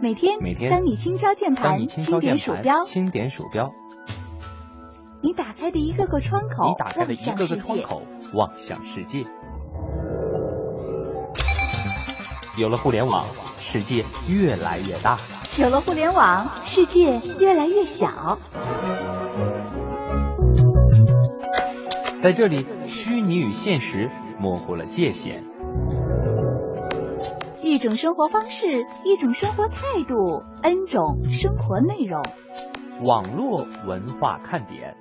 每天，每天当你轻敲键当盘、你轻敲轻键点鼠标盘、，轻点鼠标，你你打开的一个个窗口，打开的望一向个个世窗界。口，望向世界。有了互联网，世界越来越大。有了互联网，世界越来越小。在这里，虚拟与现实模糊了界限。一种生活方式，一种生活态度，N 种生活内容。网络文化看点。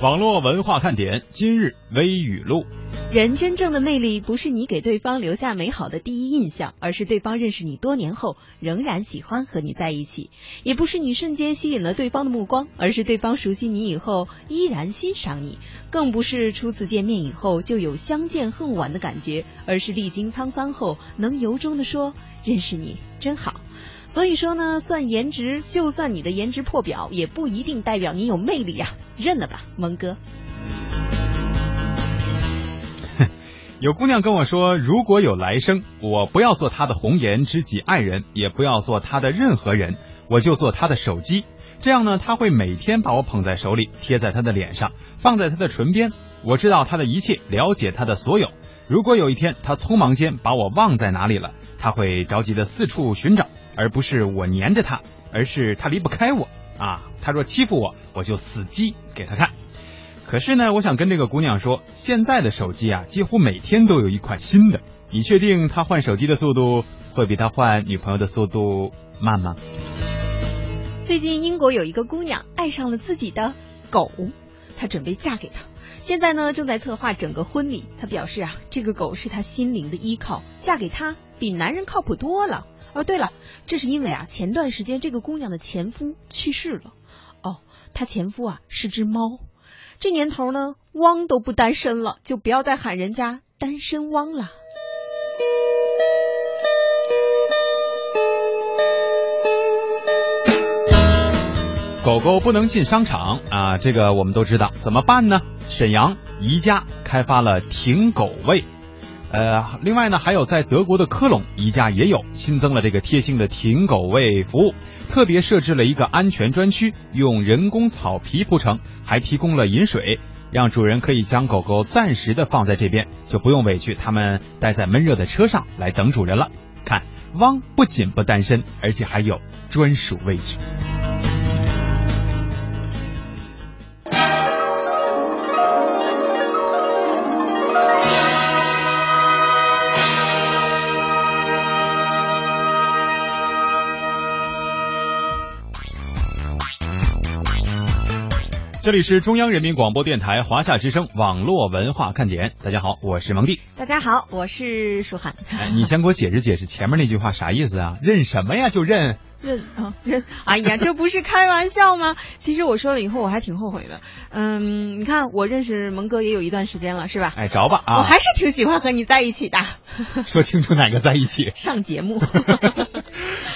网络文化看点今日微语录。人真正的魅力不是你给对方留下美好的第一印象，而是对方认识你多年后仍然喜欢和你在一起；也不是你瞬间吸引了对方的目光，而是对方熟悉你以后依然欣赏你；更不是初次见面以后就有相见恨晚的感觉，而是历经沧桑后能由衷的说认识你真好。所以说呢，算颜值，就算你的颜值破表，也不一定代表你有魅力呀、认了吧，蒙哥。有姑娘跟我说，如果有来生，我不要做她的红颜知己、爱人，也不要做她的任何人，我就做她的手机。这样呢，她会每天把我捧在手里，贴在她的脸上，放在她的唇边。我知道她的一切，了解她的所有。如果有一天她匆忙间把我忘在哪里了，她会着急的四处寻找，而不是我粘着她，而是她离不开我啊。她若欺负我，我就死机给她看。可是呢，我想跟这个姑娘说，现在的手机啊，几乎每天都有一款新的。你确定她换手机的速度会比她换女朋友的速度慢吗？最近英国有一个姑娘爱上了自己的狗，她准备嫁给他。现在呢，正在策划整个婚礼。她表示啊，这个狗是她心灵的依靠，嫁给他比男人靠谱多了。哦，对了，这是因为啊，前段时间这个姑娘的前夫去世了。哦，她前夫啊是只猫。这年头呢，汪都不单身了，就不要再喊人家单身汪了。狗狗不能进商场啊，这个我们都知道，怎么办呢？沈阳宜家开发了停狗位，呃，另外呢，还有在德国的科隆，宜家也有新增了这个贴心的停狗位服务，特别设置了一个安全专区，用人工草皮铺成，还提供了饮水，让主人可以将狗狗暂时的放在这边，就不用委屈它们待在闷热的车上来等主人了。看，汪不仅不单身，而且还有专属位置。这里是中央人民广播电台华夏之声网络文化看点，大家好，我是蒙蒂。大家好，我是舒涵。哎，你先给我解释解释前面那句话啥意思啊？ 认什么呀？就认认啊认， 哎呀，这不是开玩笑吗？其实我说了以后，我还挺后悔的。嗯，你看我认识蒙哥也有一段时间了，是吧？哎，着吧我啊！还是挺喜欢和你在一起的。说清楚哪个在一起。上节 目，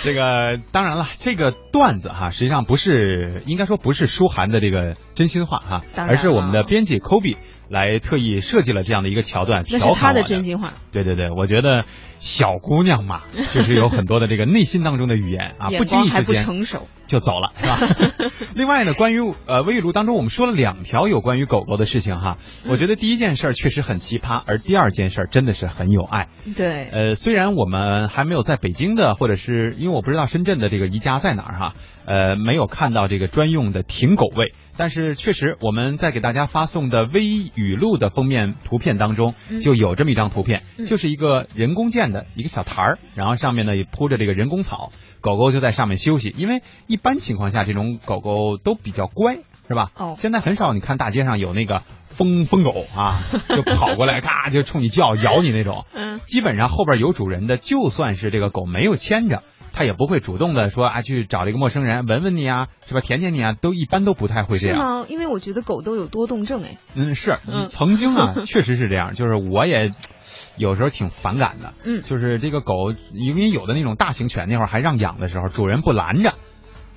这个当然了，这个段子哈，实际上不是应该说不是舒涵的这个真心话哈，当然而是我们的了编辑 Kobe 来特意设计了这样的一个桥段，那是调侃他的我真心话。对对对，我觉得小姑娘 嘛，确实有很多的这个内心当中的语言啊，不眼经光意还之不间成熟。就走了，是吧？ 另外呢，关于呃微语录当中，我们说了两条有关于狗狗的事情哈。我觉得第一件事儿确实很奇葩，而第二件事儿真的是很有爱。对，呃，虽然我们还没有在北京的，或者是因为我不知道深圳的这个宜家在哪儿哈，呃，没有看到这个专用的停狗位，但是确实我们在给大家发送的微语录的封面图片当中嗯就有这么一张图片，嗯就是一个人工建的一个小台儿，然后上面呢也铺着这个人工草，狗狗就在上面休息，因为一般情况下这种狗狗都比较乖。是吧？哦现在很少你看大街上有那个疯疯狗啊，就跑过来，咔就冲你叫，咬你那种。嗯，基本上后边有主人的，就算是这个狗没有牵着，它也不会主动的说啊去找这个陌生人闻闻你啊，是吧？舔舔你啊，都一般都不太会这是样。吗？因为我觉得狗都有多动症哎。嗯，是，嗯曾经啊， 确实是这样，就是我也。有时候挺反感的，嗯就是这个狗，因为有的那种大型犬那会儿还让养的时候，主人不拦着，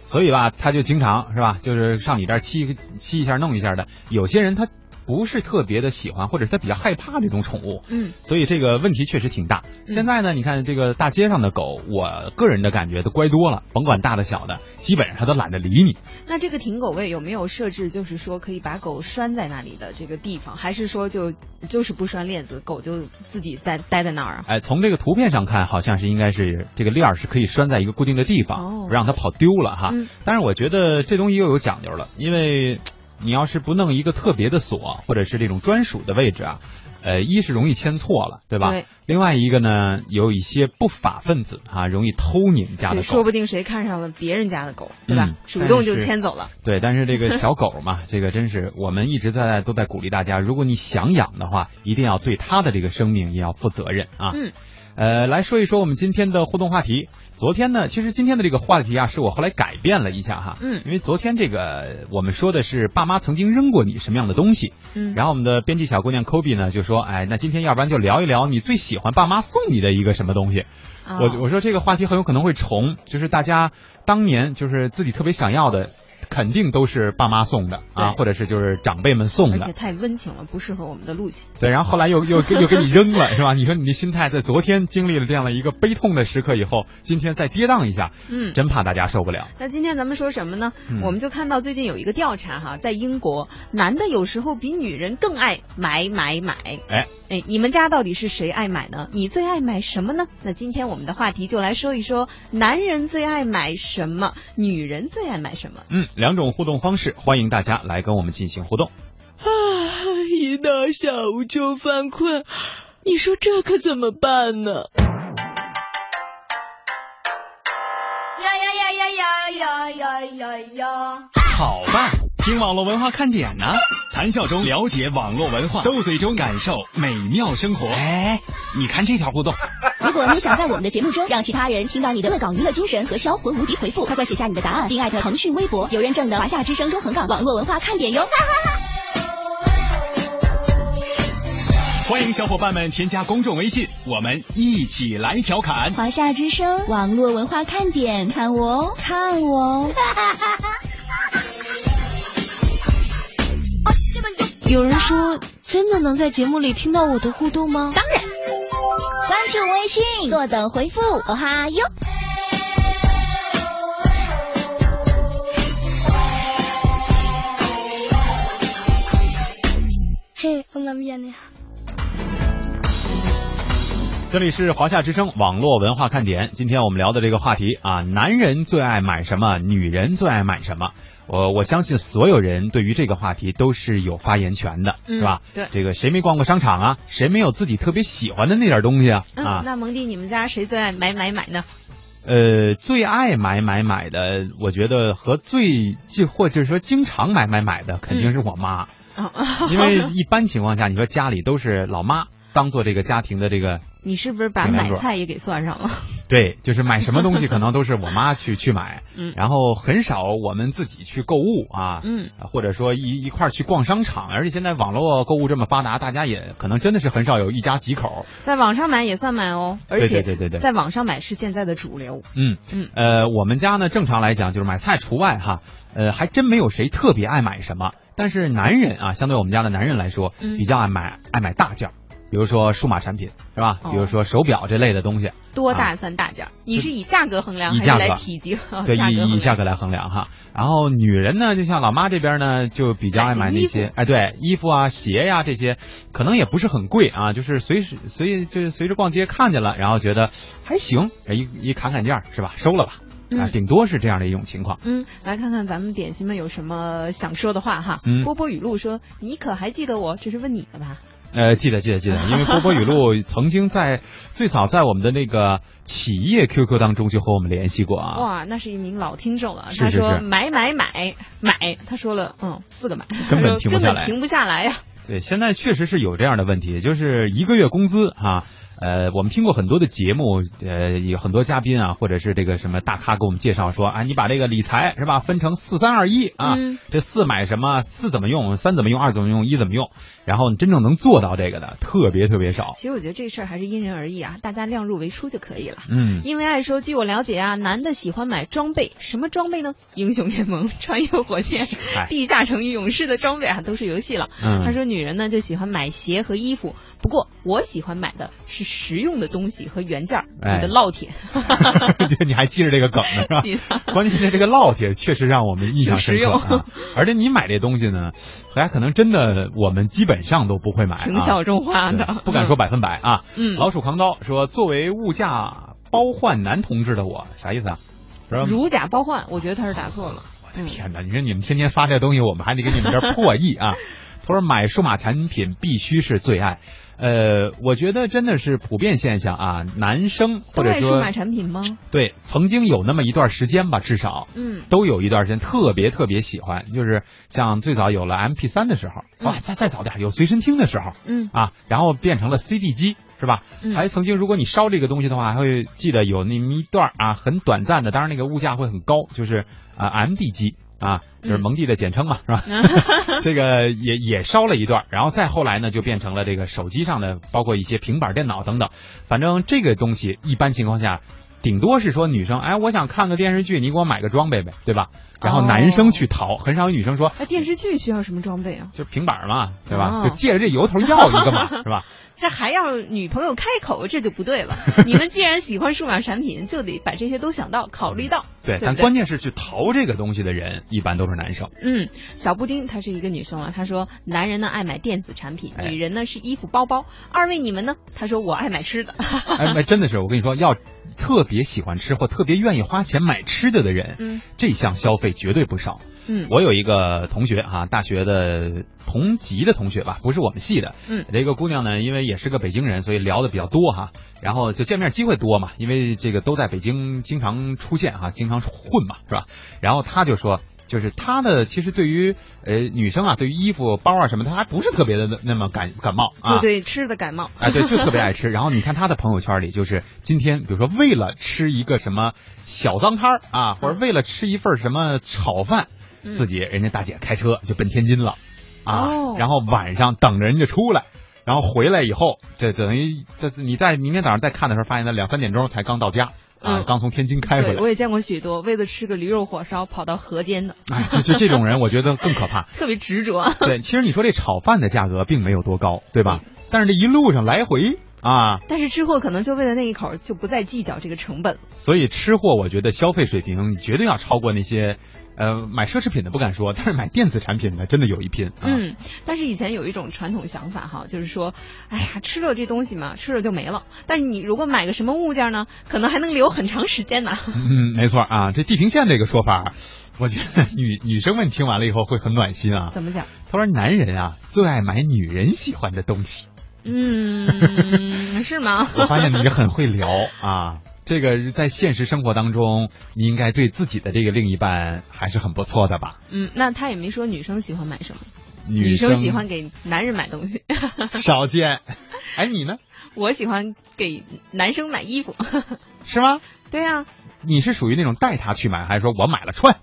所以吧，它就经常是吧，就是上你这儿欺欺一下弄一下的。有些人他不是特别的喜欢，或者他比较害怕这种宠物，嗯所以这个问题确实挺大。现在呢，你看这个大街上的狗，我个人的感觉都乖多了，甭管大的小的，基本上它都懒得理你。那这个停狗位有没有设置，就是说可以把狗拴在那里的这个地方，还是说就就是不拴链子，狗就自己在待在那儿啊？哎，从这个图片上看，好像是应该是这个链儿是可以拴在一个固定的地方，哦不让它跑丢了哈。嗯但是我觉得这东西又有讲究了，因为你要是不弄一个特别的锁，或者是这种专属的位置啊，呃，一是容易牵错了，对吧？对另外一个呢，有一些不法分子啊，容易偷你们家的狗。对，说不定谁看上了别人家的狗，对吧？嗯主动就但是牵走了。对，但是这 个小狗嘛，这个真是我们一直在都在鼓励大家，如果你想养的话，一定要对它的这个生命也要负责任啊。嗯。呃，来说一说我们今天的互动话题。昨天呢，其实今天的这个话题啊，是我后来改变了一下哈。嗯因为昨天这个我们说的是爸妈曾经扔过你什么样的东西，嗯，然后我们的编辑小姑娘 Kobe 呢就说，哎，那今天要不然就聊一聊你最喜欢爸妈送你的一个什么东西。啊我我说这个话题很有可能会重，就是大家当年就是自己特别想要的，肯定都是爸妈送的啊，对或者是就是长辈们送嗯而且的，太温情了，不适合我们的路线。对，然后后来又又又又给你扔了，是吧？你说你的心态在昨天经历了这样的一个悲痛的时刻以后，今天再跌宕一下，嗯。真怕大家受不了。那今天咱们说什么呢？嗯我们就看到最近有一个调查哈，在英国，男的有时候比女人更爱买买买。哎哎，你们家到底是谁爱买呢？你最爱买什么呢？那今天我们的话题就来说一说，男人最爱买什么，女人最爱买什么。嗯，两种互动方式，欢迎大家来跟我们进行互动。啊一到下午就犯困，你说这可怎么办呢？呀呀呀呀呀呀呀呀呀！好吧，听网络文化看点呢、谈笑中了解网络文化，斗嘴中感受美妙生活。哎，你看这条互动，如果你想在我们的节目中让其他人听到你的恶搞娱乐精神和销魂无敌回复，快快写下你的答案，并艾特腾讯微博有认证的华夏之声中横杠网络文化看点哟。欢迎小伙伴们添加公众微信，我们一起来调侃。华夏之声网络文化看点，看我哦，看我哦。有人说，真的能在节目里听到我的互动吗？关注微信，坐等回复，哦哈哟。这里是华夏之声网络文化看点，今天我们聊的这个话题啊，男人最爱买什么，女人最爱买什么。我我相信所有人对于这个话题都是有发言权的，嗯是吧？对这个谁没逛过商场啊？谁没有自己特别喜欢的那点东西啊？嗯，啊，那蒙蒂，你们家谁最爱买买买呢？呃，最爱买买买的，我觉得和最即或者说经常买买买的，嗯肯定是我妈， 因为一般情况下，你说家里都是老妈当做这个家庭的这个 你是不是把没买错菜也给算上了？ 对，就是买什么东西可能都是我妈去去买， 嗯然后很少我们自己去购物啊，嗯，或者说一一块儿去逛商场，而且现在网络购物这么发达，大家也可能真的是很少有一家几口，在网上买也算买哦，而对且对对对对在网上买是现在的主流。嗯嗯，呃，我们家呢正常来讲就是买菜除外哈，呃，还真没有谁特别爱买什么，但是男人啊，相对我们家的男人来说，嗯比较爱买爱买大件儿，比如说数码产品是吧？哦比如说手表这类的东西，多大算大件儿？你是以价格衡量啊嗯以还价是格来体积？衡 对，量？以以价格来衡量哈。然后女人呢，就像老妈这边呢，就比较爱买那些，哎，对，衣服啊、鞋呀、这些，可能也不是很贵啊，就是随时随就是随着逛街看见了，然后觉得还行，哎一一砍砍价儿是吧？收了吧，啊，嗯顶多是这样的一种情况。嗯，来看看咱们点心们有什么想说的话哈。嗯波波语录说：“你可还记得我？”这是问你的吧？呃，记得记得记得，因为波波语录曾经在最早在我们的那个企业 QQ 当中就和我们联系过啊，哇，那是一名老听众了。是他是说是买买买买，他说了嗯四个买，根本他说停不根下本来停不下来呀、对，现在确实是有这样的问题，就是一个月工资啊，呃，我们听过很多的节目，呃，有很多嘉宾啊，或者是这个什么大咖给我们介绍说啊，你把这个理财是吧，分成四三二一啊，嗯这四买什么，四怎么用，三怎么用，二怎么用，一怎么用，然后你真正能做到这个的特别特别少。其实我觉得这事儿还是因人而异啊，大家量入为出就可以了。嗯，因为爱说，据我了解啊，男的喜欢买装备，什么装备呢？英雄联盟、穿越火线哎、地下城与勇士的装备啊，都是游戏了。嗯 他说，女人呢就喜欢买鞋和衣服，不过我喜欢买的是实用的东西和原件儿，哎我的 烙铁，对你还记着这个梗呢是吧？记得关键是这个烙铁确实让我们印象深刻、挺实用啊，而且你买这东西呢，大家可能真的我们基本上都不会买、啊，挺小众化的对，不敢说百分百啊。嗯老鼠扛刀说，作为物价包换男同志的我，啥意思啊？说嗯如假包换，我觉得他是打错了。嗯天哪！你说你们天天发这东西，我们还得给你们这儿破译啊。 他说买数码产品必须是最爱，呃，我觉得真的是普遍现象啊。男生或都者爱说数码产品吗？对，曾经有那么一段时间吧，至少嗯，都有一段时间特别特别喜欢，就是像最早有了 MP 三的时候，嗯哇，再再早点有随身听的时候，嗯啊，然后变成了 CD 机。是吧？嗯还曾经，如果你烧这个东西的话，还会记得有那么一段啊，很短暂的，当然那个物价会很高，就是啊、MD 机啊，就是嗯蒙蒂的简 称嘛，是吧？ 这个也也烧了一段，然后再后来呢，就变成了这个手机上的，包括一些平板电脑等等。反正这个东西一般情况下，顶多是说女生，哎，我想看个电视剧，你给我买个装备呗，对吧？然后男生去淘，很少有女生说。那电视剧需要什么装备啊？就平板嘛，对吧？哦就借着这由头要一个 嘛，是吧？这还要女朋友开口，这就不对了。 你们既然喜欢数码产品，就得把这些都想到、考虑到。对，对但不对关键是去淘这个东西的人，一般都是男 生。嗯，小布丁她是一个女生啊，她说男人呢爱买电子产品，哎女人呢是衣服、包包。二位你们呢？她说我爱买吃的。哎，哎真的是，我跟你说，要特别喜欢吃或特别愿意花钱买吃的的人，嗯这项消费绝对不少。 嗯，我有一个同学啊，大学的同级的同学吧，不是我们系的。嗯，这个姑娘呢，因为也是个北京人，所以聊的比较多哈。然后就见面机会多嘛，因为这个都在北京，经常出现哈、经常混嘛，是吧？然后她就说。就是她的，其实对于呃女生啊，对于衣服、包啊什么，她还不是特别的那么感感冒啊，就对吃的感冒。哎，对，就特别爱吃。然后你看他的朋友圈里，就是今天，比如说为了吃一个什么小脏摊儿啊，或者为了吃一份儿什么炒饭，嗯自己人家大姐开车就奔天津了啊，哦然后晚上等着人家出来。然后回来以后，这等于这这你在明天早上再看的时候，发现他两三点钟才刚到家啊，嗯刚从天津开回对，来我。也见过许多为了吃个驴肉火烧跑到河间的，哎，就就这种人，我觉得更可怕。特别执 着。啊对，其实你说这炒饭的价格并没有多高，对吧？嗯但是这一路上来回啊，但是吃货可能就为了那一口，就不再计较这个成本了。所以吃货，我觉得消费水平绝对要超过那些，呃，买奢侈品的不敢说，但是买电子产品的真的有一拼。啊、，嗯，但是以前有一种传统想法哈，就是说，哎呀，吃了这东西嘛，吃了就没了。但是你如果买个什么物件呢，可能还能留很长时间呢。嗯，没错啊，这地平线这个说法，我觉得女女生们听完了以后会很暖心啊。 怎么讲？他说，男人啊最爱买女人喜欢的东西。嗯，是 吗？我发现你很会聊啊。这个在现实生活当中，你应该对自己的这个另一半还是很不错的吧？嗯，那他也没说女生喜欢买什么，女生喜欢给男人买东西， 少见。哎，你呢？我喜欢给男生买衣服。 是吗？对啊，你是属于那种带他去买，还是说我买了穿？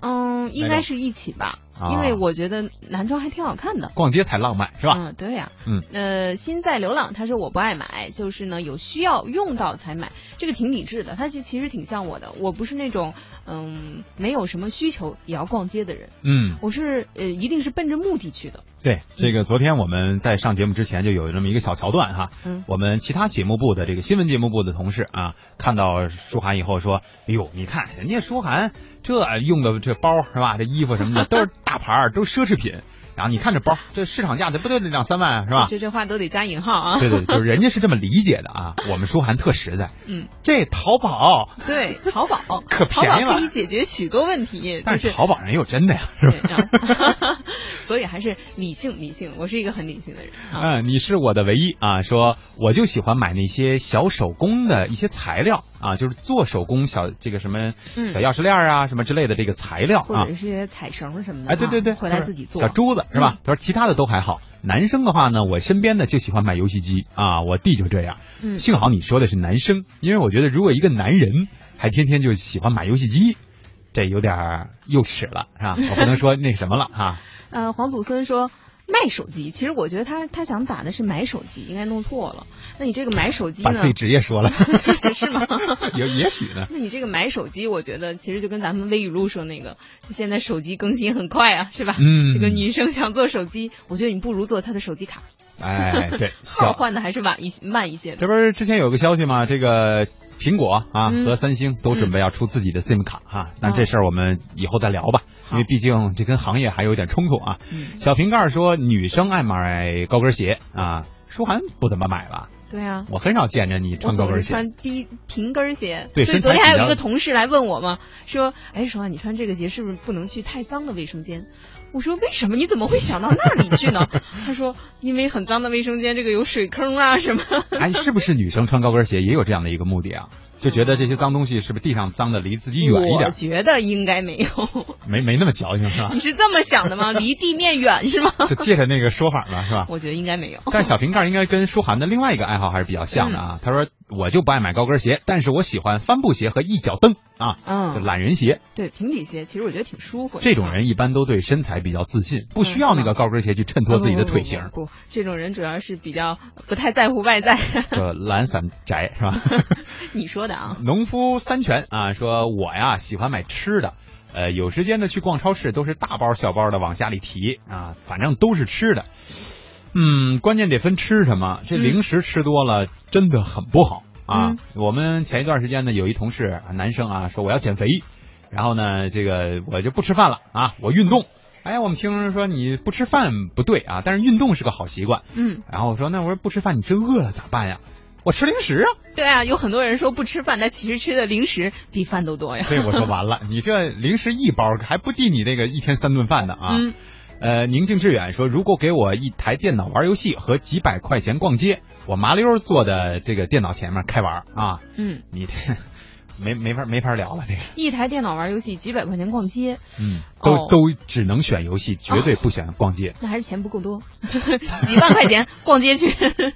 嗯，应哪该种是一起吧，啊因为我觉得男装还挺好看的。逛街才浪漫是吧？嗯，对呀、嗯呃，心在流浪，他说我不爱买，就是呢有需要用到才买，这个挺理智的。他其其实挺像我的，我不是那种嗯没有什么需求也要逛街的人，嗯，我是呃一定是奔着目的去的。对，这个昨天我们在上节目之前就有这么一个小桥段哈，嗯我们其他节目部的这个新闻节目部的同事啊，看到舒涵以后说，哎呦，你看人家舒涵这呃用的这包是吧，这衣服什 么的都是大牌儿，都是奢侈品，然后你看这包，这市场价得不得两三万是 吧？这这话都得加引号啊。啊对对，就是人家是这么理解的啊，我们舒涵特实在，嗯，这淘宝，对，淘宝 可淘便宜了宝可以解决许多问题，但就是是淘宝上也有真的呀，是吧？对啊 所以还是理性理性，我是一个很理性的人啊。嗯，你是我的唯一啊！说我就喜欢买那些小手工的一些材料，啊，就是做手工小这个什么嗯小钥匙链儿啊、什么之类的这个材料或啊者，是些彩绳什么的啊，哎，对对对，回来就是自己做嗯小珠子是吧？他说其他的都还好。男生的话呢，我身边的就喜欢买游戏机啊，我弟就这样。嗯幸好你说的是男生，因为我觉得如果一个男人还天天就喜欢买游戏机，这有点儿幼齿了是吧？我不能说那什么了 啊。呃，黄祖孙说卖手机，其实我觉得他他想打的是买手机，应该弄错了。那你这个买手机把呢自己？职业说 了，是吗？ 也也许呢。 那你这个买手机，我觉得其实就跟咱们微语录说那个，现在手机更新很快啊，是吧？嗯这个女生想做手机，我觉得你不如做她的手机卡，哎，对，号小换的还是晚一些慢一些的。这不是之前有个消息吗？这个苹果啊、嗯和三星都准备要出自己的 SIM 卡哈、但这事儿我们以后再聊吧，因为毕竟这跟行业还有点冲突啊。嗯，小瓶盖说女生爱买高跟鞋啊，舒涵不怎么买吧？对啊。我很少见着你我穿高总跟是鞋。穿低平跟鞋，对所以身材昨天还比有较一个同事来问我嘛，说，哎，说啊，你穿这个鞋是不是不能去太脏的卫生间？我说为什么？你怎么会想到那里去呢？ 他说，因为很脏的卫生间这个有水坑啊 什么。 哎，是不是女生穿高跟鞋也有这样的一个目的啊？就觉得这些脏东西是不是地上脏的离自己远一我点，觉得应该 没有。没没那么矫情是吧 你？是这么 想的吗？离地面远是吗？就借着那个说法嘛是吧？我觉得应该没有。但是小瓶盖应该跟舒涵的另外一个爱好还是比较像的啊。他说我就不爱买高跟鞋，但是我喜欢帆布鞋和一脚蹬啊，就嗯，懒人鞋。对，平底鞋其实我觉得挺舒服的。这种人一般都对身材比较自信，不需要那个高跟鞋去衬托自己的腿型嗯不。不不不这种人主要是比较不太在乎外在。 这懒散宅是吧？你说的啊，农夫三全啊，说我呀喜欢买吃的，呃，有时间呢去逛超市都是大包小包的往家里提啊，反正都是吃的。嗯，关键得分吃什么，这零食吃多了真的很不好啊。嗯我们前一段时间呢，有一同事啊男生啊说我要减肥，然后呢这个我就不吃饭了啊，我运动。哎，我们听说你不吃饭不对啊，但是运动是个好习惯。嗯，然后我说那我说不吃饭你真饿了咋办呀？我吃零食啊。对啊，有很多人说不吃饭，但其实吃的零食比饭都多 呀。所以我说完了，你这零食一包还不抵你那个一天三顿饭的啊。嗯呃，宁静致远说，如果给我一台电脑玩游戏和几百块钱逛街，我麻溜儿坐在这个电脑前面开玩儿啊，嗯，你这没没法没法聊了，这个一台电脑玩游戏几百块钱逛街，嗯，都、哦都只能选游戏，绝对不选逛街。那还是钱不够多，几万块钱逛街去。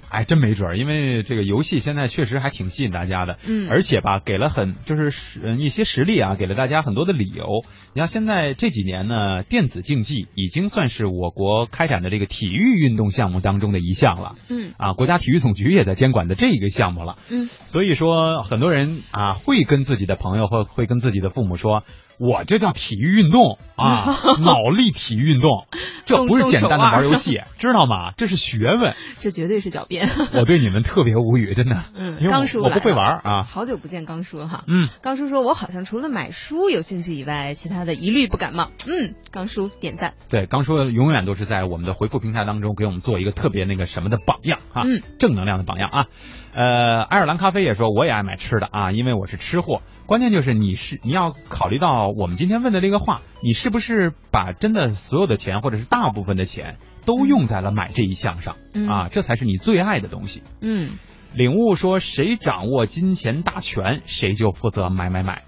哎，真没准儿，因为这个游戏现在确实还挺吸引大家的， 嗯而且吧，给了很就是实嗯一些实例啊，给了大家很多的理由。你看现在这几年呢，电子竞技已经算是我国开展的这个体育运动项目当中的一项了。嗯啊，国家体育总局也在监管的这一个项目了。嗯，所以说很多人啊会跟自己的朋友或会跟自己的父母说，我这叫体育运动 啊，脑力体育运动，这动不是动简手单的腕儿玩游戏，知道吗？这是学问。这绝对是狡辩。我对你们特别无语，真的，嗯因为刚叔我我来不会了玩儿啊。好久不见刚叔哈。嗯，刚叔说：“我好像除了买书有兴趣以外，其他的一律不感冒。”嗯，刚叔点赞。对，刚说的永远都是在我们的回复平台当中给我们做一个特别那个什么的榜样啊，嗯正能量的榜样啊。呃，爱尔兰咖啡也说我也爱买吃的啊，因为我是吃货。关键就是你是你要考虑到我们今天问的这个话，你是不是把真的所有的钱或者是大部分的钱都用在了买这一项上、嗯啊，这才是你最爱的东西。嗯，领悟说，谁掌握金钱大权，谁就负责买买买。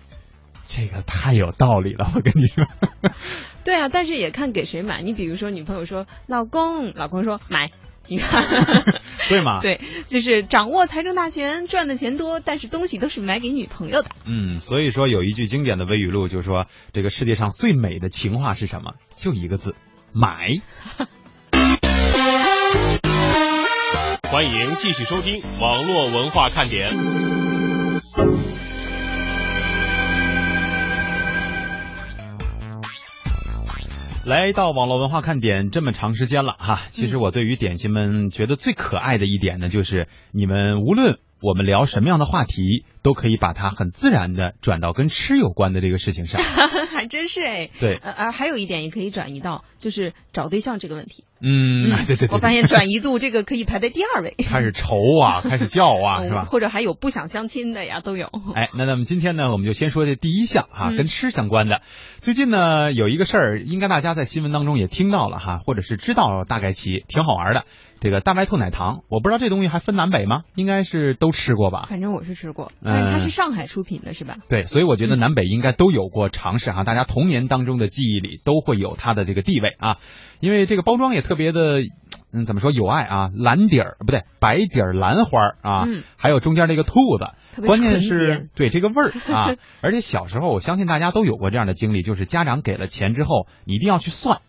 这个太有道理了，我跟你说。 对啊，但是也看给谁买。你比如说，女朋友说：“老公，老公说买。”你看，对吗？，对，就是掌握财政大权，赚的钱多，但是东西都是买给女朋友的。 嗯，所以说有一句经典的微语录，就是说这个世界上最美的情话是什么？就一个字，买。欢迎继续收听网络文化看点。来到网络文化看点这么长时间了哈，嗯其实我对于点心们觉得最可爱的一点呢，就是你们无论我们聊什么样的话题，都可以把它很自然的转到跟吃有关的这个事情上。还真是哎。对呃，而还有一点也可以转移到，就是找对象这个问题。嗯，对对对，我对发 现转移度这个可以排在第二位，开始愁啊，开始叫啊，是嗯 吧？或者还有不想相亲的呀，都有。 哎，那那么今天呢，我们就先说这第一项哈、嗯跟吃相关的。最近呢，有一个事儿，应该大家在新闻当中也听到了哈，或者是知道大概其，挺好玩的。这个大白兔奶糖，我不知道这东西还分南北吗？应该是都吃过吧？反正我是吃过，啊嗯但是它是上海出品的，是吧？对，所以我觉嗯得南北应该都有过尝试哈，大家童年当中的记忆里都会有它的这个地位啊，因为这个包装也特别的，嗯，怎么说有爱啊，蓝底儿不对，白底儿兰花儿啊，嗯还有中间这个兔子，特别关键纯是洁。对这个 味儿啊，而且小时候我相信大家都有过这样的经历，就是家长给了钱之后，你一定要去算。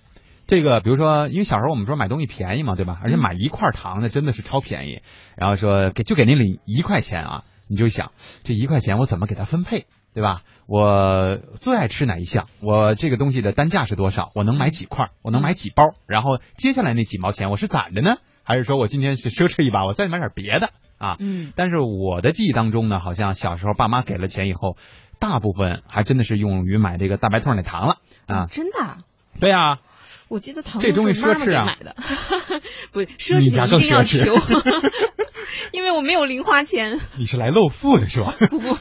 这个比如说，因为小时候我们说买东西便宜嘛，对吧？嗯而且买一块糖的真的是超便宜，然后说给就给您领一块钱啊，你就想这一块钱我怎么给它分配，对吧？我最爱吃哪一项？我这个东西的单价是多少？我能买几块？嗯我能买几包？然后接下来那几毛钱我是攒着呢，还是说我今天是奢侈一把，我再买点别的啊？嗯，但是我的记忆当中呢，好像小时候爸妈给了钱以后，大部分还真的是用于买这个大白兔奶糖了啊。真的啊，对啊，我记得糖这东西是我妈妈奢侈给啊买的， 不奢你侈家你更一定要奢侈求， 因为我没有零花钱。 你是来露富的是吧？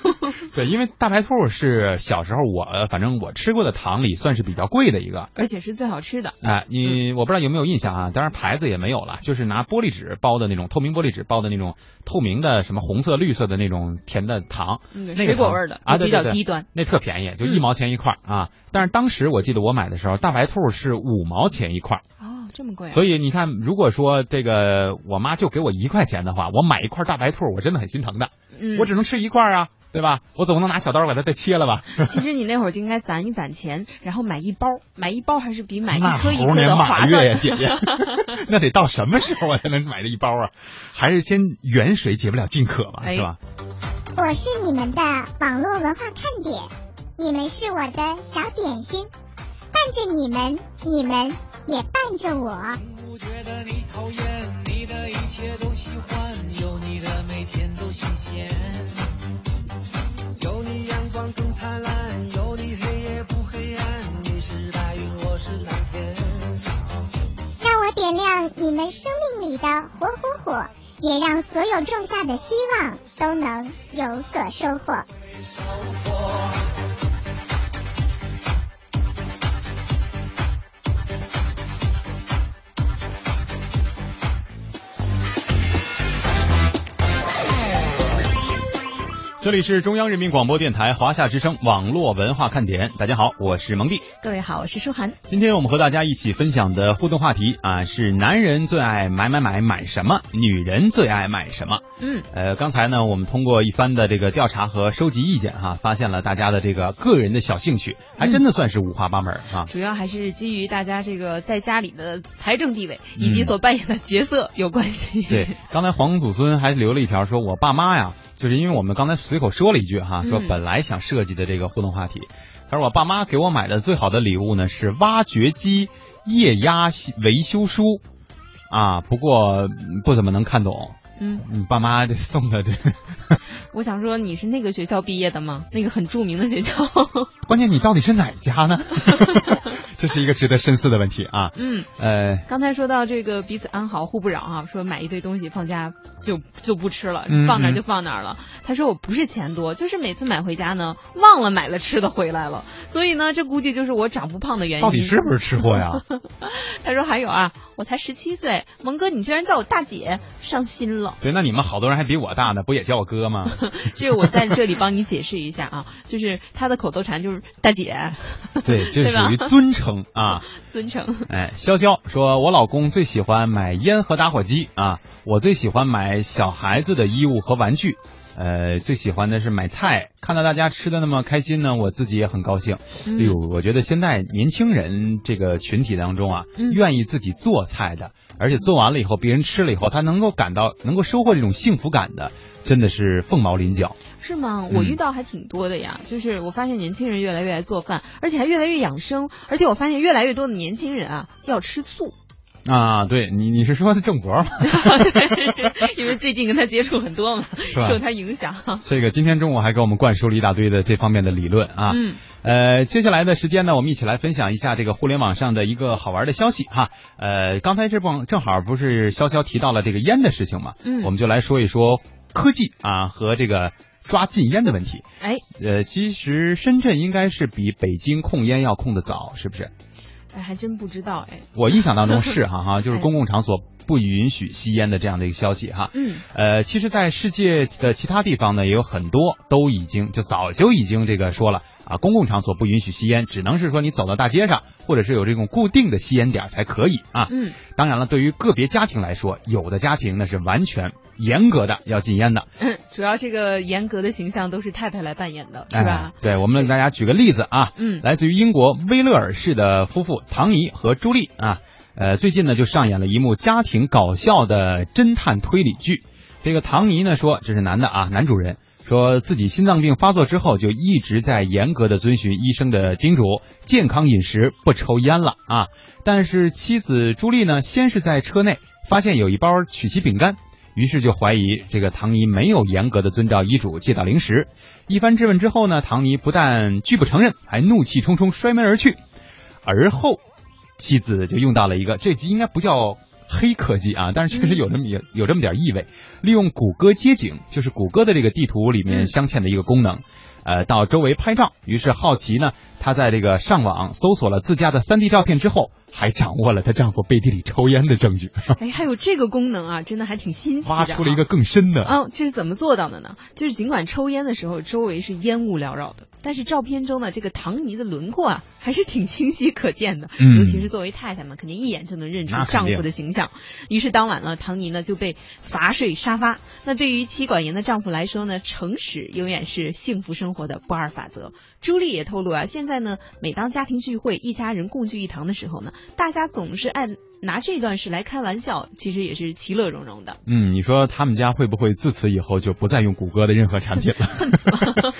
对，因为大白兔是小时候我呃反正我吃过的糖里算是比较贵的一个。而且是最好吃的。啊、嗯你我不知道有没有印象啊，当然牌子也没有了，就是拿玻璃纸包的那种透明玻璃纸包的那种透明的什么红色、绿色的那种甜的糖，嗯，那个水果糖味儿的啊对就比对较对低端。那特便宜，就嗯一毛钱一块儿啊。但是当时我记得我买的时候，大白兔是五毛钱一块儿，哦，这么贵啊！所以你看，如果说这个我妈就给我一块钱的话，我买一块大白兔，我真的很心疼的，嗯我只能吃一块啊，对吧？我总不能拿小刀把它再切了吧？其实你那会儿就应该攒一攒钱，然后买一包，买一包还是比买一那颗一猴颗年的马划月 呀，姐算。姐， 那得到什么时候我才能买这一包啊？还是先远水解不了近渴吧，哎是吧？我是你们的网络文化看点，你们是我的小点心，伴着你们，你们也伴着我。不觉得你讨厌，你的一切都喜欢，有你的每天都新鲜。有你阳光更灿烂，有你黑夜不黑暗，你是白云，我是蓝天。让我点亮你们生命里的火火火，也让所有种下的希望都能有所收获。这里是中央人民广播电台华夏之声网络文化看点，大家好，我是蒙蒂。各位好，我是舒涵。今天我们和大家一起分享的互动话题啊，是男人最爱买买买买什么，女人最爱买什么。嗯，呃，刚才呢，我们通过一番的这个调查和收集意见哈、发现了大家的这个个人的小兴趣，还真的算是五花八门啊。主要还是基于大家这个在家里的财政地位以及嗯所扮演的角色有关系。对，刚才黄祖孙还留了一条说，我爸妈呀，就是因为我们刚才随口说了一句哈，说嗯本来想设计的这个互动话题，他说我爸妈给我买的最好的礼物呢是挖掘机液压维修书。啊，不过嗯不怎么能看懂，嗯，你爸妈这送的这，我想说你是那个学校毕业的吗？那个很著名的 学校。关键你到底是哪家呢？ 这是一个值得深思的问题啊。嗯，呃，刚才说到这个彼此安好互不扰啊，说买一堆东西放家就就不吃了嗯，放哪儿就放哪儿了。他说我不是钱多，就是每次买回家呢忘了买了吃的回来了，所以呢这估计就是我长不胖的原因。到底是不是吃货 呀？他说还有啊，我才十七岁，蒙哥你居然叫我大姐，伤心了。对，那你们好多人还比我大呢，不也叫我哥吗？这个我在这里帮你解释一下啊， 就是他的口头禅就是大姐，对，这对吧属于尊称啊。尊称。哎，潇潇说，我老公最喜欢买烟和打火机啊，我最喜欢买小孩子的衣物和玩具，呃，最喜欢的是买菜。看到大家吃的那么开心呢，我自己也很高兴。哎呦，我觉得现在年轻人这个群体当中啊，嗯愿意自己做菜的，而且做完了以后，别人吃了以后，他能够感到能够收获这种幸福感的，真的是凤毛麟角。是吗？嗯我遇到还挺多的呀，就是我发现年轻人越来 越爱做饭，而且还越来越养生，而且我发现越来越多的年轻人啊要吃素。 啊，对你你是说的郑国吗？因为最近跟他接触很多嘛，吧受他影响。 这个今天中午还给我们灌输了一大堆的这方面的理论啊。嗯。呃，接下来的时间呢，我们一起来分享一下这个互联网上的一个好玩的消息哈。呃，刚才这帮正好不是潇潇提到了这个烟的事情嘛，嗯我们就来说一说科技啊和这个抓禁烟的问题。哎，呃，其实深圳应该是比北京控烟要控的早，是不是？哎，还真不知道哎。我印象当中是哈哈，就是公共场所不允许吸烟的这样的一个消息哈。嗯，呃，其实，在世界的其他地方呢，也有很多都已经就早就已经这个说了啊，公共场所不允许吸烟，只能是说你走到大街上，或者是有这种固定的吸烟点儿才可以啊。嗯，当然了，对于个别家庭来说，有的家庭呢是完全严格的要禁烟的，嗯主要这个严格的形象都是太太来扮演的，是哎？吧？对，我们给大家举个例子啊，嗯来自于英国威勒尔市的夫妇唐尼和朱莉啊，呃，最近呢就上演了一幕家庭搞笑的侦探推理剧。这个唐尼呢说，这是男的啊，男主人说自己心脏病发作之后就一直在严格的遵循医生的叮嘱，健康饮食，不抽烟了啊。但是妻子朱莉呢，先是在车内发现有一包曲奇饼干，于是就怀疑这个唐尼没有严格的遵照医嘱戒掉零食。一番质问之后呢，唐尼不但拒不承认，还怒气冲冲摔门而去。而后，妻子就用到了一个，这应该不叫黑科技啊，但是确实有这么有有这么点意味，利用谷歌街景，就是谷歌的这个地图里面镶嵌的一个功能。呃，到周围拍照，于是好奇呢，她在这个上网搜索了自家的 3D 照片之后，还掌握了她丈夫背地里抽烟的证据，哎，还有这个功能啊，真的还挺新奇的、啊。挖出了一个更 深的。啊，这是怎么做到的呢？就是尽管抽烟的时候周围是烟雾缭绕的，但是照片中的这个唐尼的轮廓啊，还是挺清晰可见的。嗯尤其是作为太太们，肯定一眼就能认出那肯丈定夫的形象。于是当晚呢，唐尼呢就被罚睡沙发。那对于妻管严的丈夫来说呢，诚实永远是幸福生活的不二法则。朱莉也透露啊，现在呢，每当家庭聚会，一家人共聚一堂的时候呢，大家总是爱拿这段事来开玩笑，其实也是其乐融融的。嗯，你说他们家会不会自此以后就不再用谷歌的任何产品了？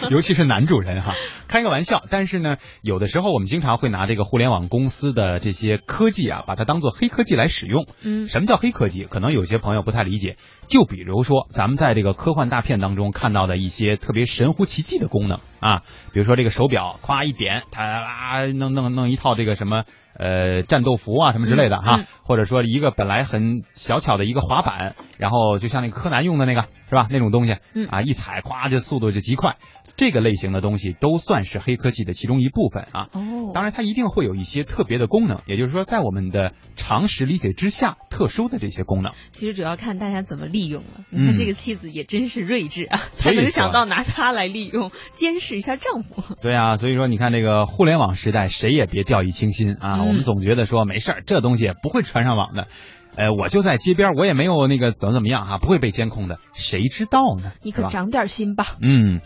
尤其是男主人哈，开个玩笑。但是呢，有的时候我们经常会拿这个互联网公司的这些科技啊，把它当做黑科技来使用。嗯什么叫黑科技？可能有些朋友不太理解。就比如说咱们在这个科幻大片当中看到的一些特别神乎其技的功能啊，比如说这个手表，夸一点，它啊弄弄弄一套这个什么呃战斗服啊什么之类的哈、嗯嗯或者说一个本来很小巧的一个滑板，然后就像那个柯南用的那个是吧那种东西，嗯啊一踩夸这速度就极快。这个类型的东西都算是黑科技的其中一部分啊。哦，当然它一定会有一些特别的功能，也就是说在我们的常识理解之下，特殊的这些功能。其实主要看大家怎么利用了。嗯你看这个妻子也真是睿智啊，所她以说能想到拿它来利用，监视一下丈夫。 对啊，所以说你看这个互联网时代，谁也别掉以轻心啊。嗯我们总觉得说没事儿，这东西不会传上网的。呃，我就在街边儿，我也没有那个怎么怎么样啊哈、不会被监控的，谁知道呢？你是可吧长点心吧。嗯。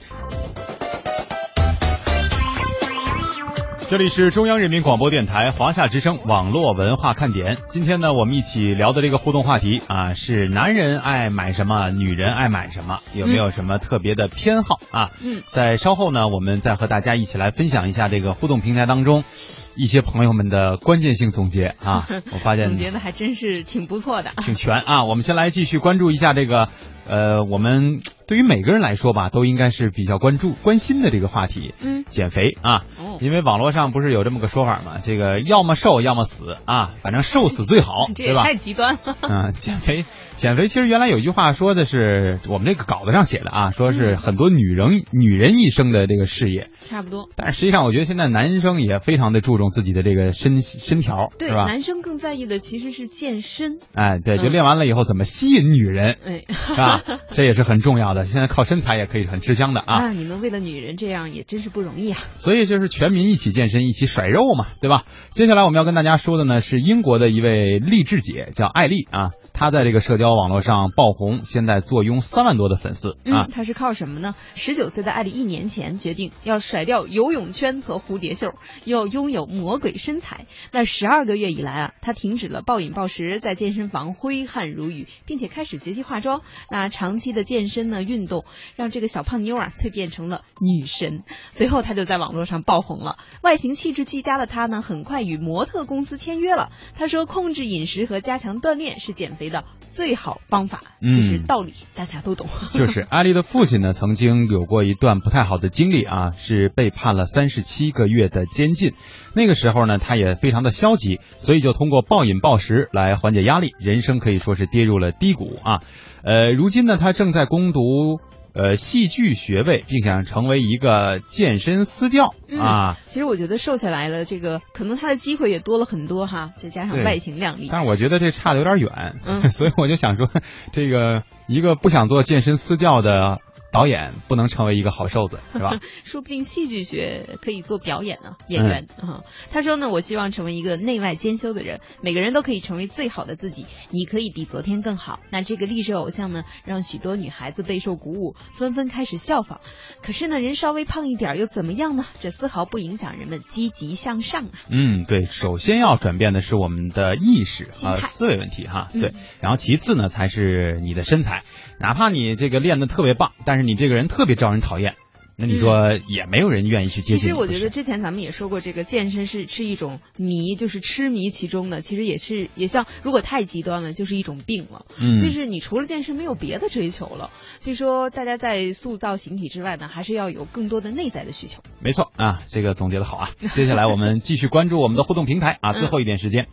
这里是中央人民广播电台华夏之声网络文化看点。今天呢，我们一起聊的这个互动话题啊，是男人爱买什么，女人爱买什么，有没有什么特别的偏好啊？嗯在稍后呢，我们再和大家一起来分享一下这个互动平台当中一些朋友们的关键性总结 啊。我发现总结的还真是挺不错的。挺全啊。我们先来继续关注一下这个，呃，我们对于每个人来说吧，都应该是比较关注、关心的这个话题，嗯减肥啊哦，因为网络上不是有这么个说法嘛，这个要么瘦，要么死啊，反正瘦死最好， 这对也吧？太极端了。嗯，减肥，减肥，其实原来有一句话说的是我们这个稿子上写的啊，说嗯是很多女人女人一生的这个事业，差不多。但是实际上我觉得现在男生也非常的注重自己的这个身身条，对，是吧？男生更在意的其实是健身。哎，对，就嗯练完了以后怎么吸引女人，哎， 是 吧？这也是很重要的。现在靠身材也可以很吃香的啊，那你们为了女人这样也真是不容易啊。所以就是全民一起健身，一起甩肉嘛，对吧？接下来我们要跟大家说的呢是英国的一位励志姐，叫艾丽啊，他在这个社交网络上爆红，现在坐拥三万多的粉丝啊嗯，。他是靠什么呢？十九岁的艾丽一年前决定要甩掉游泳圈和蝴蝶袖，要拥有魔鬼身材。那十二个月以来啊，他停止了暴饮暴食，在健身房挥汗如雨，并且开始学习化妆。那长期的健身呢，运动让这个小胖妞啊蜕变成了女神。随后，她就在网络上爆红了。外形气质俱佳的她呢，很快与模特公司签约了。她说，控制饮食和加强锻炼是减肥的最好方法。其实嗯道理大家都懂。 就是艾丽的父亲呢，曾经有过一段不太好的经历啊，是被判了三十七个月的监禁。那个时候呢，他也非常的消极，所以就通过暴饮暴食来缓解压力，人生可以说是跌入了低谷啊。呃，如今呢，他正在攻读呃戏剧学位，并想成为一个健身私教啊。其实我觉得瘦下来了，这个可能他的机会也多了很多哈，再加上对外形靓丽，但是我觉得这差的有点远，嗯 所以我就想说，这个一个不想做健身私教的导演，不能成为一个好瘦子，是吧？说不定戏剧学可以做表演啊，演员啊、他说呢，我希望成为一个内外兼修的人，每个人都可以成为最好的自己，你可以比昨天更好。那这个励志偶像呢，让许多女孩子备受鼓舞，纷纷开始效仿。可是呢，人稍微胖一点儿又怎么样呢？这丝毫不影响人们积极向上啊。嗯，对，首先要转变的是我们的意识啊、态思维问题哈，嗯对，然后其次呢才是你的身材，哪怕你这个练的特别棒，但是你这个人特别招人讨厌，那你说也没有人愿意去接嗯其近你。实我不觉是得之前咱们也说过，这个健身是是一种迷，就是痴迷其中的。其实也是也像，如果太极端了，就是一种病了。嗯就是你除了健身没有别的追求了。所以说，大家在塑造形体之外呢，还是要有更多的内在的需求。没错啊，这个总结的好啊。 接下来我们继续关注我们的互动平台啊，嗯最后一点时间，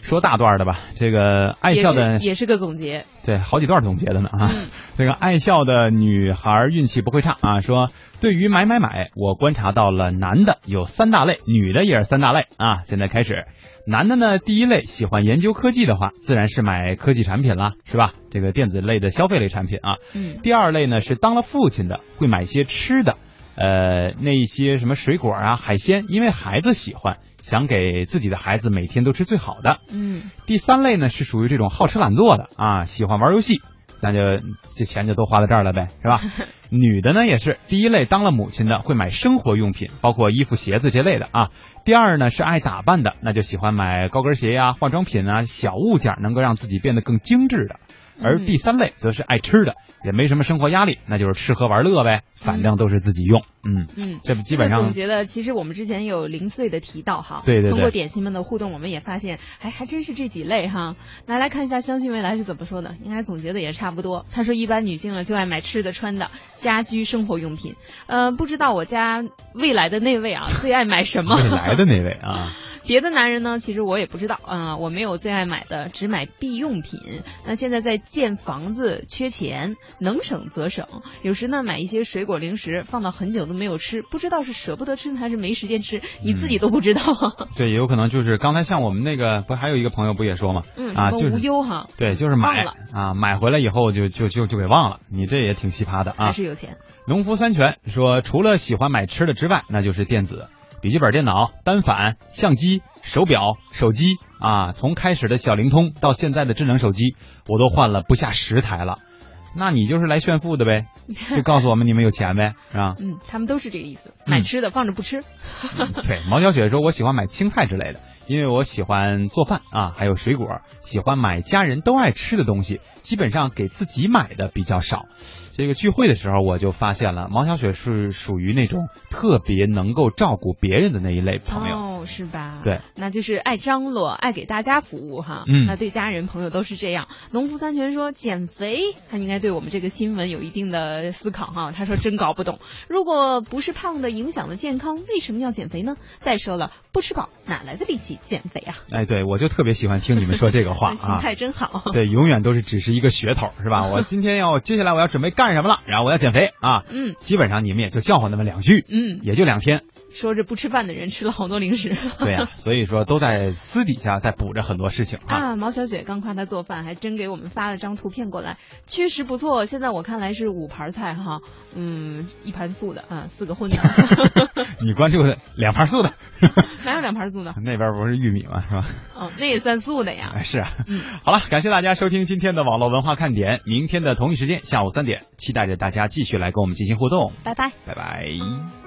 说大段的吧。这个爱笑的也是也是个总结。对，好几段总结的呢啊。 这个爱笑的女孩运气不会差啊，说对于买买买，我观察到了男的有三大类，女的也是三大类啊。现在开始，男的呢，第一类喜欢研究科技的话，自然是买科技产品啦，是吧？这个电子类的消费类产品啊。嗯第二类呢是当了父亲的会买些吃的，呃，那一些什么水果啊、海鲜，因为孩子喜欢，想给自己的孩子每天都吃最好的。嗯，第三类呢是属于这种好吃懒做的啊，喜欢玩游戏，那就这钱就都花到这儿了呗，是 吧？女的呢也是，第一类当了母亲的会买生活用品，包括衣服、鞋子这类的啊。第二呢是爱打扮的，那就喜欢买高跟鞋呀、化妆品啊、小物件，能够让自己变得更精致的。而嗯第三类则是爱吃的，也没什么生活压力，那就是吃喝玩乐呗，反正都是自己用。嗯嗯这不基本这个上总结的，其实我们之前有零碎的提到哈，对对对通过点心们的互动，我们也发现，哎，还真是这几类哈。来来看一下，相信未来是怎么说的，应该总结的也差不多。他说，一般女性呢就爱买吃的、穿的、家居生活用品。呃，不知道我家未来的那位啊，最爱买什么？未来的那位 啊，别的男人呢，其实我也不知道啊、我没有最爱买的，只买必用品。那现在在建房子，缺钱，能省则省。有时呢，买一些水果零食，放到很久都没有吃，不知道是舍不得吃呢还是没时间吃，你自己都不知道。对，也有可能就是刚才像我们那个，不还有一个朋友不也说嘛，嗯，啊， 什就么是无忧哈，对，就是忘买了啊，买回来以后就就就就给忘了，你这也挺奇葩的还啊。是有钱。农夫山泉说，除了喜欢买吃的之外，那就是电子笔记本电脑、单反、相机、手表、手机啊，从开始的小灵通到现在的智能手机，我都换了不下十台了。那你就是来炫富的呗，就告诉我们你们有钱呗，是吧？嗯，他们都是这个意思，嗯买吃的放着不吃。 对，毛小雪说，我喜欢买青菜之类的，因为我喜欢做饭啊，还有水果，喜欢买家人都爱吃的东西，基本上给自己买的比较少。这个聚会的时候，我就发现了毛小雪是属于那种特别能够照顾别人的那一类朋友。哦，是吧？对，那就是爱张罗，爱给大家服务哈。嗯那对家人朋友都是这样。农夫山泉说减肥，他应该对我们这个新闻有一定的思考哈。他说真搞不懂，如果不是胖的影响了健康，为什么要减肥呢？再说了，不吃饱哪来的力气减肥啊？哎，对，我就特别喜欢听你们说这个话 心啊。态真好。对，永远都是只是一个噱头，是吧？我今天要，接下来我要准备干什么了，然后我要减肥啊。嗯基本上你们也就叫唤那么两句，嗯也就两天，说是不吃饭的人吃了好多零食。 对啊呀、所以说都在私底下在补着很多事情啊。啊，毛小姐刚夸她做饭，还真给我们发了张图片过来，确实不错。现在我看来是五盘菜哈，嗯，一盘素的啊，四个荤的， 你关注的两盘素的， 哪有两盘素的？那边不是玉米吗？是吧？哦，那也算素的呀。哎，是啊。好了，感谢大家收听今天的网络文化看点，明天的同一时间下午三点，期待着大家继续来跟我们进行互动，拜拜。拜拜。